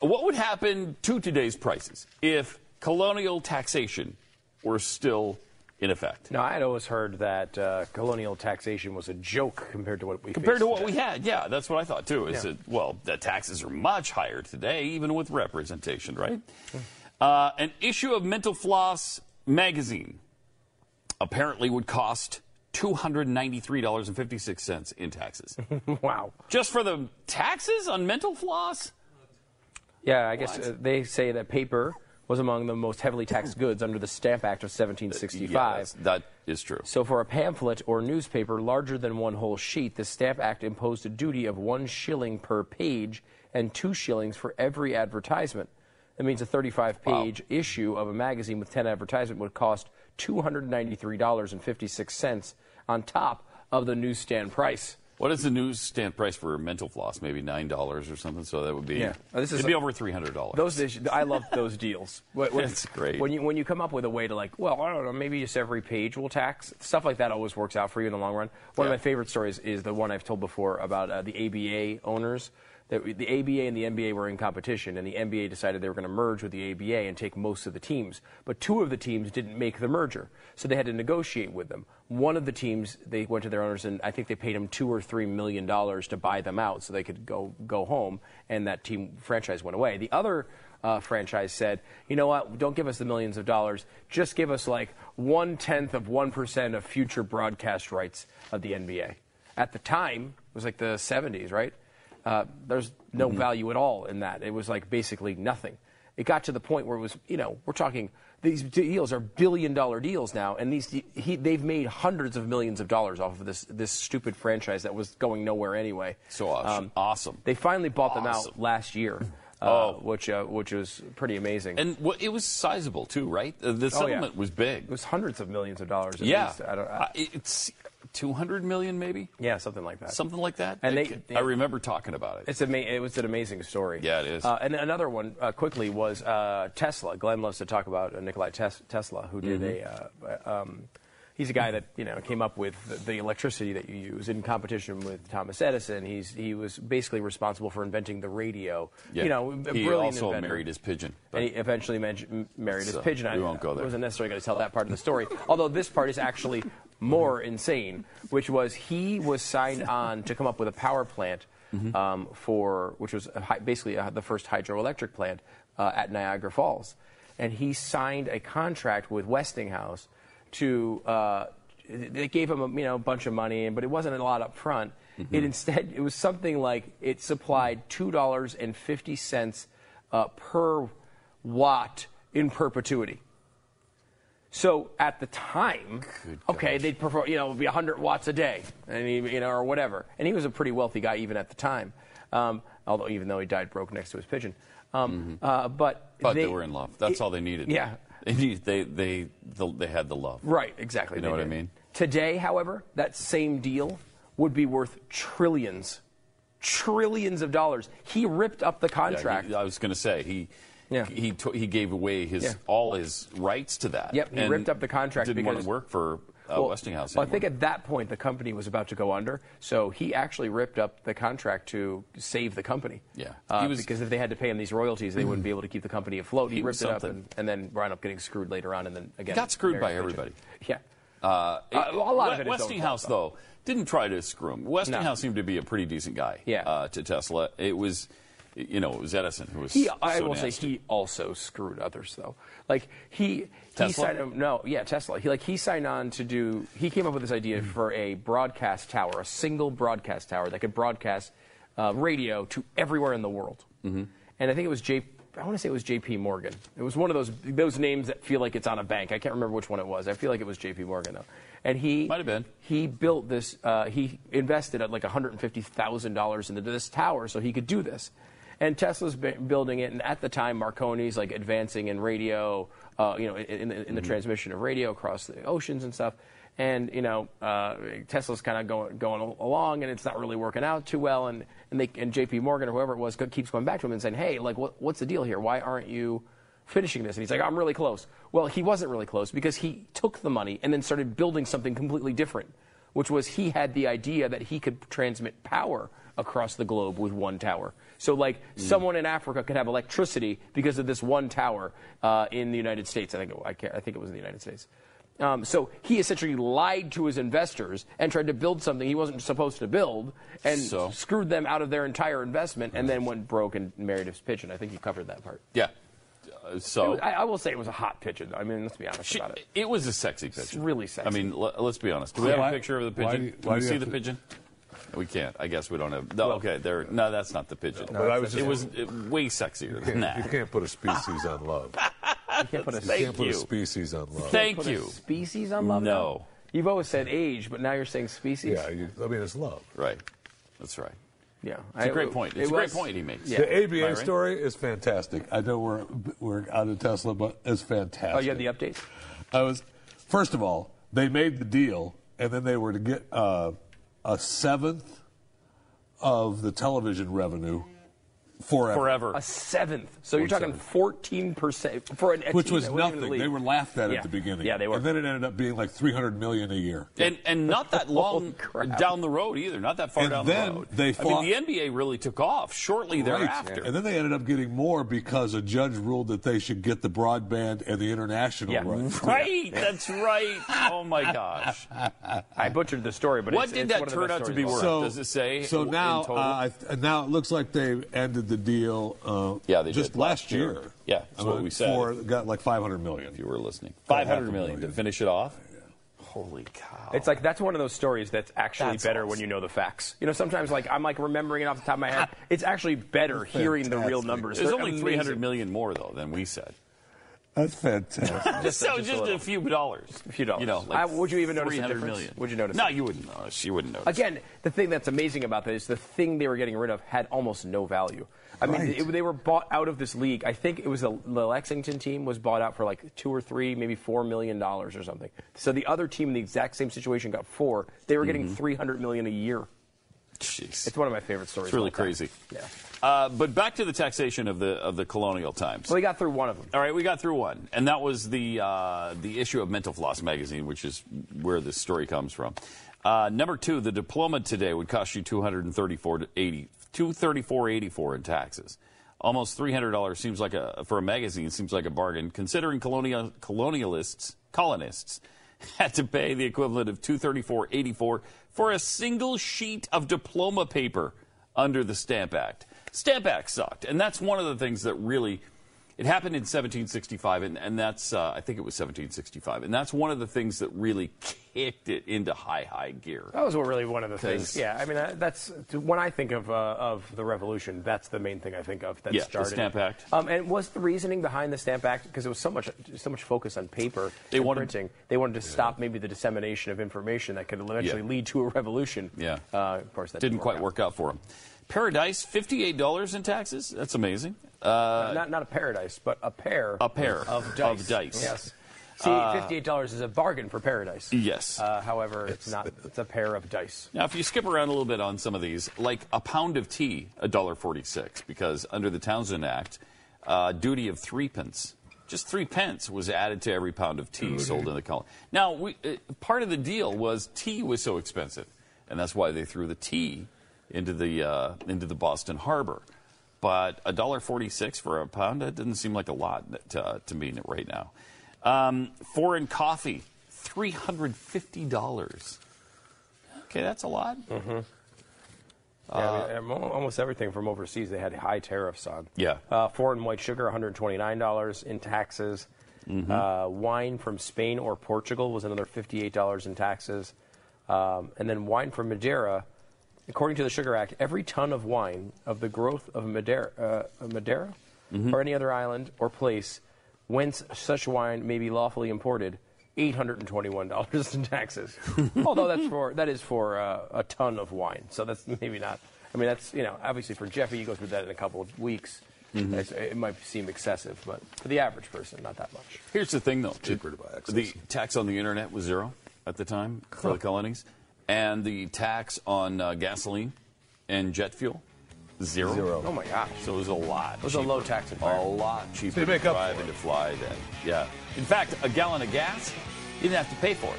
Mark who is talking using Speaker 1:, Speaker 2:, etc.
Speaker 1: What would happen to today's prices if colonial taxation were still in effect?
Speaker 2: Now, I had always heard that uh, colonial taxation was a joke compared to what we
Speaker 1: Compared
Speaker 2: face
Speaker 1: to what we
Speaker 2: today.
Speaker 1: had, yeah, that's what I thought too. Is
Speaker 2: Yeah.
Speaker 1: that well, the taxes are much higher today, even with representation, right? Uh, an issue of Mental Floss magazine apparently would cost two hundred ninety-three dollars and fifty-six cents in taxes,
Speaker 2: Wow.
Speaker 1: just for the taxes on Mental Floss.
Speaker 2: Yeah, I guess uh, they say that paper was among the most heavily taxed goods under the Stamp Act of 1765.
Speaker 1: Yeah, that's- that is true.
Speaker 2: So, for a pamphlet or newspaper larger than one whole sheet, the Stamp Act imposed a duty of one shilling per page and two shillings for every advertisement. That means a 35 page issue of a magazine with 10 advertisements would cost $293.56 on top of the newsstand price.
Speaker 1: What is the newsstand price for Mental Floss? Maybe nine dollars or something. So that would be
Speaker 2: Yeah. Oh, this is
Speaker 1: it'd be
Speaker 2: a-
Speaker 1: over three hundred dollars.
Speaker 2: Those dish- I love those deals. When- when-
Speaker 1: That's great.
Speaker 2: When you when you come up with a way to like, well, I don't know, maybe just every page will tax stuff like that always works out for you in the long run. One
Speaker 1: Yeah.
Speaker 2: of my favorite stories is the one I've told before about uh, the ABA owners. That we- the ABA and the NBA were in competition, and the NBA decided they were going to merge with the ABA and take most of the teams. But two of the teams didn't make the merger, so they had to negotiate with them. One of the teams, they went to their owners, and I think they paid them two or three million dollars to buy them out, so they could go go home. And that team franchise went away. The other uh, franchise said, you know what, don't give us the millions of dollars, just give us like one tenth of 1% of future broadcast rights of the NBA. At the time, it was like the 70s, right? Uh, there's no value at all in that. It was like basically nothing. It got to the point where it was, you know, we're talking, these deals are billion dollar deals now, and these he, they've made hundreds of millions of dollars off of this, this stupid franchise that was going nowhere anyway. Um,
Speaker 1: So awesome. Awesome.
Speaker 2: They finally bought them
Speaker 1: Awesome. Oh.
Speaker 2: out last year. Uh, which uh, which was pretty amazing.
Speaker 1: And what, it was sizable too, right? The, the
Speaker 2: Oh, yeah.
Speaker 1: settlement was big.
Speaker 2: It was hundreds of millions of dollars. At
Speaker 1: yeah,
Speaker 2: least. I don't, I,
Speaker 1: Uh, it's 200 million maybe,
Speaker 2: yeah, something like that.
Speaker 1: something like that.
Speaker 2: And
Speaker 1: I,
Speaker 2: they-
Speaker 1: ca-
Speaker 2: they-
Speaker 1: I remember talking about it.
Speaker 2: It's ama- it was an amazing story.
Speaker 1: Yeah, it is.
Speaker 2: Uh, and another one uh, quickly was uh, Tesla. Glenn loves to talk about uh, Nikolai Tes- Tesla, who did
Speaker 1: Mm-hmm.
Speaker 2: a. Uh, um, he's a guy that you know came up with the- the electricity that you use in competition with Thomas Edison. He's he was basically responsible for inventing the radio.
Speaker 1: Yeah.
Speaker 2: You know, a
Speaker 1: he
Speaker 2: brilliant
Speaker 1: also
Speaker 2: inventor.
Speaker 1: married his pigeon. but-
Speaker 2: And he eventually man- m- married his
Speaker 1: So,
Speaker 2: pigeon.
Speaker 1: we won't go there.
Speaker 2: I wasn't necessarily going to tell that part of the story. Although this part is actually more insane, which was he was signed on to come up with a power plant um, for, which was a hy- basically uh the first hydroelectric plant uh, at Niagara Falls. And he signed a contract with Westinghouse to, uh, they gave him a you know, bunch of money, but it wasn't a lot up front. It instead, it was something like it supplied $2.50 uh, per watt in perpetuity. So at the time, okay, they'd prefer, you know, it would be 100 watts a day, and he, you know, or whatever. And he was a pretty wealthy guy even at the time, um, although even though he died broke next to his pigeon. Um, uh, but
Speaker 1: Mm-hmm. but they, were in love. That's
Speaker 2: it-
Speaker 1: all they needed.
Speaker 2: Yeah.
Speaker 1: They need- they they the, they had the love.
Speaker 2: Right, exactly.
Speaker 1: You know
Speaker 2: they
Speaker 1: what I
Speaker 2: did.
Speaker 1: mean?
Speaker 2: Today, however, that same deal would be worth trillions, trillions of dollars. He ripped up the
Speaker 1: Yeah, he-
Speaker 2: contract.
Speaker 1: I was going to say he.
Speaker 2: Yeah.
Speaker 1: He to- he gave away his
Speaker 2: Yeah.
Speaker 1: all his rights to that.
Speaker 2: Yep, he
Speaker 1: and
Speaker 2: ripped up the contract
Speaker 1: Didn't want
Speaker 2: because-
Speaker 1: to work for uh,
Speaker 2: Well,
Speaker 1: Westinghouse.
Speaker 2: well, I
Speaker 1: anymore.
Speaker 2: think at that point the company was about to go under, so he actually ripped up the contract to save the company.
Speaker 1: Yeah.
Speaker 2: Uh,
Speaker 1: He was-
Speaker 2: because if they had to pay him these royalties, they wouldn't be able to keep the company afloat. He,
Speaker 1: He was
Speaker 2: ripped it up,
Speaker 1: something.
Speaker 2: and, and then wound up getting screwed later on, and then again
Speaker 1: got screwed by
Speaker 2: married to
Speaker 1: everybody.
Speaker 2: Jim. Yeah.
Speaker 1: Uh,
Speaker 2: Uh, a lot of it is
Speaker 1: Westinghouse,
Speaker 2: Donald
Speaker 1: though, didn't try to screw him. Westinghouse seemed to be a pretty decent guy
Speaker 2: Yeah.
Speaker 1: uh, to Tesla. It was, you know, it was Edison who was.
Speaker 2: He, I
Speaker 1: so
Speaker 2: will say
Speaker 1: nasty.
Speaker 2: he also screwed others though. Like he, he
Speaker 1: Tesla?
Speaker 2: signed on, no, yeah, Tesla. He like he signed on to do. He came up with this idea
Speaker 1: Mm-hmm.
Speaker 2: for a broadcast tower, a single broadcast tower that could broadcast uh, radio to everywhere in the world. Mm-hmm. And I think it was J. I want to say it was J.P. Morgan. It was one of those those names that feel like it's on a bank. I can't remember which one it was. I feel like it was J.P. Morgan though. And he
Speaker 1: Might have been.
Speaker 2: he built this, uh, he invested at like $150,000 into this tower so he could do this. And Tesla's b- building it, and at the time, Marconi's like advancing in radio, uh, you know, in, in, the, in the
Speaker 1: Mm-hmm.
Speaker 2: transmission of radio across the oceans and stuff. And, you know, uh, Tesla's kind of going, going al- along, and it's not really working out too well. And, and, they, and JP Morgan or whoever it was go- keeps going back to him and saying, hey, like, what, what's the deal here? Why aren't you finishing this. And he's like, I'm really close. Well, he wasn't really close because he took the money and then started building something completely different, which was he had the idea that he could transmit power across the globe with one tower. So, like, someone in Africa could have electricity because of this one tower uh, in the United States. I think it, I, can't, I think it was in the United States. Um, so he essentially lied to his investors and tried to build something he wasn't supposed to build, and
Speaker 1: So?
Speaker 2: screwed them out of their entire investment, and then went broke and married his pigeon. I think you covered that part.
Speaker 1: Yeah. Uh, so
Speaker 2: I, I will say it was a hot pigeon. though. I mean, let's be honest
Speaker 1: She-
Speaker 2: about it.
Speaker 1: it was a sexy pigeon.
Speaker 2: really sexy.
Speaker 1: I mean, l- let's be honest. Do we
Speaker 3: Yeah,
Speaker 1: have
Speaker 3: why-
Speaker 1: a picture of the
Speaker 3: why
Speaker 1: pigeon?
Speaker 3: do you-
Speaker 1: Can
Speaker 3: why
Speaker 1: we
Speaker 3: do you
Speaker 1: see
Speaker 3: have
Speaker 1: the
Speaker 3: to-
Speaker 1: pigeon? We can't. I guess we don't have. No, okay. There. No, that's not the pigeon.
Speaker 3: but I was
Speaker 1: it
Speaker 3: just-
Speaker 1: was uh, way sexier
Speaker 3: You
Speaker 1: than
Speaker 3: can't, you
Speaker 1: that.
Speaker 3: can't put a species on love.
Speaker 2: You can't put a,
Speaker 3: You
Speaker 1: uh, Thank
Speaker 3: can't put
Speaker 1: you.
Speaker 3: a species on love.
Speaker 1: Thank
Speaker 2: put a
Speaker 1: you.
Speaker 2: species on love.
Speaker 1: No.
Speaker 2: You've always said age, but now you're saying species.
Speaker 3: yeah, you, I mean it's love.
Speaker 1: Right. That's right.
Speaker 2: yeah.
Speaker 1: It's
Speaker 2: I-
Speaker 1: a great point.
Speaker 2: it
Speaker 1: It's a great
Speaker 2: was-
Speaker 1: point he makes.
Speaker 2: Yeah.
Speaker 3: The ABA
Speaker 1: Am I right?
Speaker 3: story is fantastic. I know we're we're out of Tesla, but it's fantastic.
Speaker 2: Oh, you have the updates.
Speaker 3: I was first of all, they made the deal, and then they were to get uh, a seventh of the television revenue forever.
Speaker 1: Forever.
Speaker 2: A seventh. So you're
Speaker 3: One
Speaker 2: talking
Speaker 3: seventh.
Speaker 2: fourteen percent for an a
Speaker 3: Which
Speaker 2: team
Speaker 3: was
Speaker 2: that wasn't even in the
Speaker 3: nothing.
Speaker 2: league.
Speaker 3: They were laughed at
Speaker 2: Yeah.
Speaker 3: at the beginning.
Speaker 2: Yeah, they were.
Speaker 3: And then it ended up being like 300 million a year.
Speaker 1: And and not that long
Speaker 2: crap.
Speaker 1: down the road either. Not that far
Speaker 3: And
Speaker 1: down
Speaker 3: then
Speaker 1: the road.
Speaker 3: they
Speaker 1: I
Speaker 3: fought-
Speaker 1: mean, the NBA really took off shortly thereafter.
Speaker 3: And then they ended up getting more because a judge ruled that they should get the broadband and the international
Speaker 2: Yeah.
Speaker 3: rights.
Speaker 1: Right, that's right. Oh my gosh!
Speaker 2: I butchered the story, but
Speaker 1: What
Speaker 2: it's,
Speaker 1: did
Speaker 2: it's
Speaker 1: that
Speaker 2: one of the
Speaker 1: turn
Speaker 2: best
Speaker 1: out to
Speaker 2: stories
Speaker 1: be
Speaker 2: of all
Speaker 1: worth?
Speaker 2: time.
Speaker 3: So,
Speaker 1: Does it say
Speaker 3: So
Speaker 1: in
Speaker 3: now,
Speaker 1: total?
Speaker 3: uh, I- now it looks like they've ended the deal. Uh,
Speaker 1: Yeah, they
Speaker 3: just
Speaker 1: did
Speaker 3: last
Speaker 1: last
Speaker 3: year.
Speaker 1: year. Yeah, that's what we said.
Speaker 3: For, got like 500 million.
Speaker 1: If you were listening,
Speaker 3: Five
Speaker 1: five
Speaker 3: hundred
Speaker 1: hundred million to
Speaker 3: million.
Speaker 1: finish it off. Holy cow!
Speaker 2: It's like that's one of those stories that's actually
Speaker 1: That's
Speaker 2: better
Speaker 1: awesome.
Speaker 2: when you know the facts. You know, sometimes like I'm like remembering it off the top of my head. It's actually better hearing the real
Speaker 3: Fantastic.
Speaker 2: numbers.
Speaker 1: There's
Speaker 2: They're
Speaker 1: only
Speaker 2: amazing.
Speaker 1: 300 million more though than we said.
Speaker 3: That's fantastic.
Speaker 2: Just-
Speaker 1: so
Speaker 2: just a
Speaker 1: just a,
Speaker 2: little.
Speaker 1: few dollars.
Speaker 2: A few dollars.
Speaker 1: You know, like
Speaker 2: I- would you even notice the
Speaker 1: 300
Speaker 2: difference?
Speaker 1: million.
Speaker 2: Would you notice
Speaker 1: No,
Speaker 2: it?
Speaker 1: you wouldn't notice. You wouldn't notice.
Speaker 2: Again, the thing that's amazing about this, the thing they were getting rid of had almost no value. I mean,
Speaker 3: Right.
Speaker 2: it- they were bought out of this league. I think it was the, the Lexington team was bought out for like two or three, maybe four million dollars or something. So the other team in the exact same situation got four. They were
Speaker 1: Mm-hmm.
Speaker 2: getting three hundred million a year.
Speaker 1: Jeez.
Speaker 2: It's one of my favorite stories.
Speaker 1: It's really
Speaker 2: of all time.
Speaker 1: crazy.
Speaker 2: Yeah.
Speaker 1: Uh, but back to the taxation of the of the colonial times.
Speaker 2: Well, he got through one of them.
Speaker 1: All right, we got through one, and that was the uh, the issue of Mental Floss magazine, which is where this story comes from. Uh, number two, the diploma today would cost you two hundred and thirty four eighty two thirty four eighty four in taxes. Almost three hundred dollars seems like a for a magazine seems like a bargain, considering colonial colonialists colonists had to pay the equivalent of two thirty four eighty four for a single sheet of diploma paper under the Stamp Act. Stamp Act sucked, and that's one of the things that really it happened in 1765, and, and that's, uh, I think it was 1765, and that's one of the things that really kicked it into high, high gear.
Speaker 2: That was really one of the things.
Speaker 1: 'Cause-
Speaker 2: Yeah, I mean, I- that's when I think of uh, of the revolution. That's the main thing I think of that
Speaker 1: Yeah, the
Speaker 2: started.
Speaker 1: Stamp Act.
Speaker 2: Um, and was the reasoning behind the Stamp Act because there was so much so much focus on paper
Speaker 1: They
Speaker 2: and
Speaker 1: wanted-
Speaker 2: printing? They wanted to stop maybe the dissemination of information that could eventually
Speaker 1: Yeah.
Speaker 2: lead to a revolution.
Speaker 1: Yeah.
Speaker 2: Uh, of course, that
Speaker 1: Didn't
Speaker 2: didn't,
Speaker 1: quite work out for him. Paradise, $58 in taxes. That's amazing.
Speaker 2: out. not not a paradise, but a pair.
Speaker 1: A pair
Speaker 2: of
Speaker 1: of
Speaker 2: dice.
Speaker 1: dice. Uh, Mm.
Speaker 2: Yes. See, fifty-eight dollars is a bargain for paradise.
Speaker 1: Yes.
Speaker 2: Uh, however, it's not. It's a pair of dice.
Speaker 1: Now, if you skip around a little bit on some of these, like a pound of tea, $1.46, because under the Townsend Act, uh, duty of threepence, just three pence was added to every pound of tea sold in the colony. Now, we, uh, part of the deal was tea was so expensive, and that's why they threw the tea into the, uh, into the Boston Harbor. But $1.46 for a pound, that doesn't seem like a lot to, to me right now. Um, foreign coffee, $350. Okay, that's a lot. Uh,
Speaker 2: Yeah, I mean, al- almost everything from overseas they had high tariffs on.
Speaker 1: Yeah.
Speaker 2: Uh, foreign white sugar, $129 in taxes. Uh, wine from Spain or Portugal was another $58 in taxes. Um, and then wine from Madeira, according to the Sugar Act, every ton of wine of the growth of Madeira, uh, of Madeira or any other island or place whence such wine may be lawfully imported. Eight hundred and twenty-one dollars in taxes. Although that's for that is for uh, a ton of wine, so that's maybe not. I mean, that's you know obviously for Jeffy, you go through that in a couple of weeks. That's- It might seem excessive, but for the average person, not that much.
Speaker 1: Here's the thing, though.
Speaker 3: Cheaper to buy access.
Speaker 1: The tax on the internet was zero at the time for the colonies, and the tax on uh, gasoline and jet fuel, zero.
Speaker 3: Zero.
Speaker 2: Oh my gosh!
Speaker 1: So it was a lot. It
Speaker 2: was a low tax
Speaker 1: A
Speaker 2: environment.
Speaker 1: lot cheaper
Speaker 3: They make
Speaker 1: to
Speaker 3: up
Speaker 1: drive
Speaker 3: for
Speaker 1: and to fly. Then, yeah. In fact, a gallon of gas, you didn't have to pay for it.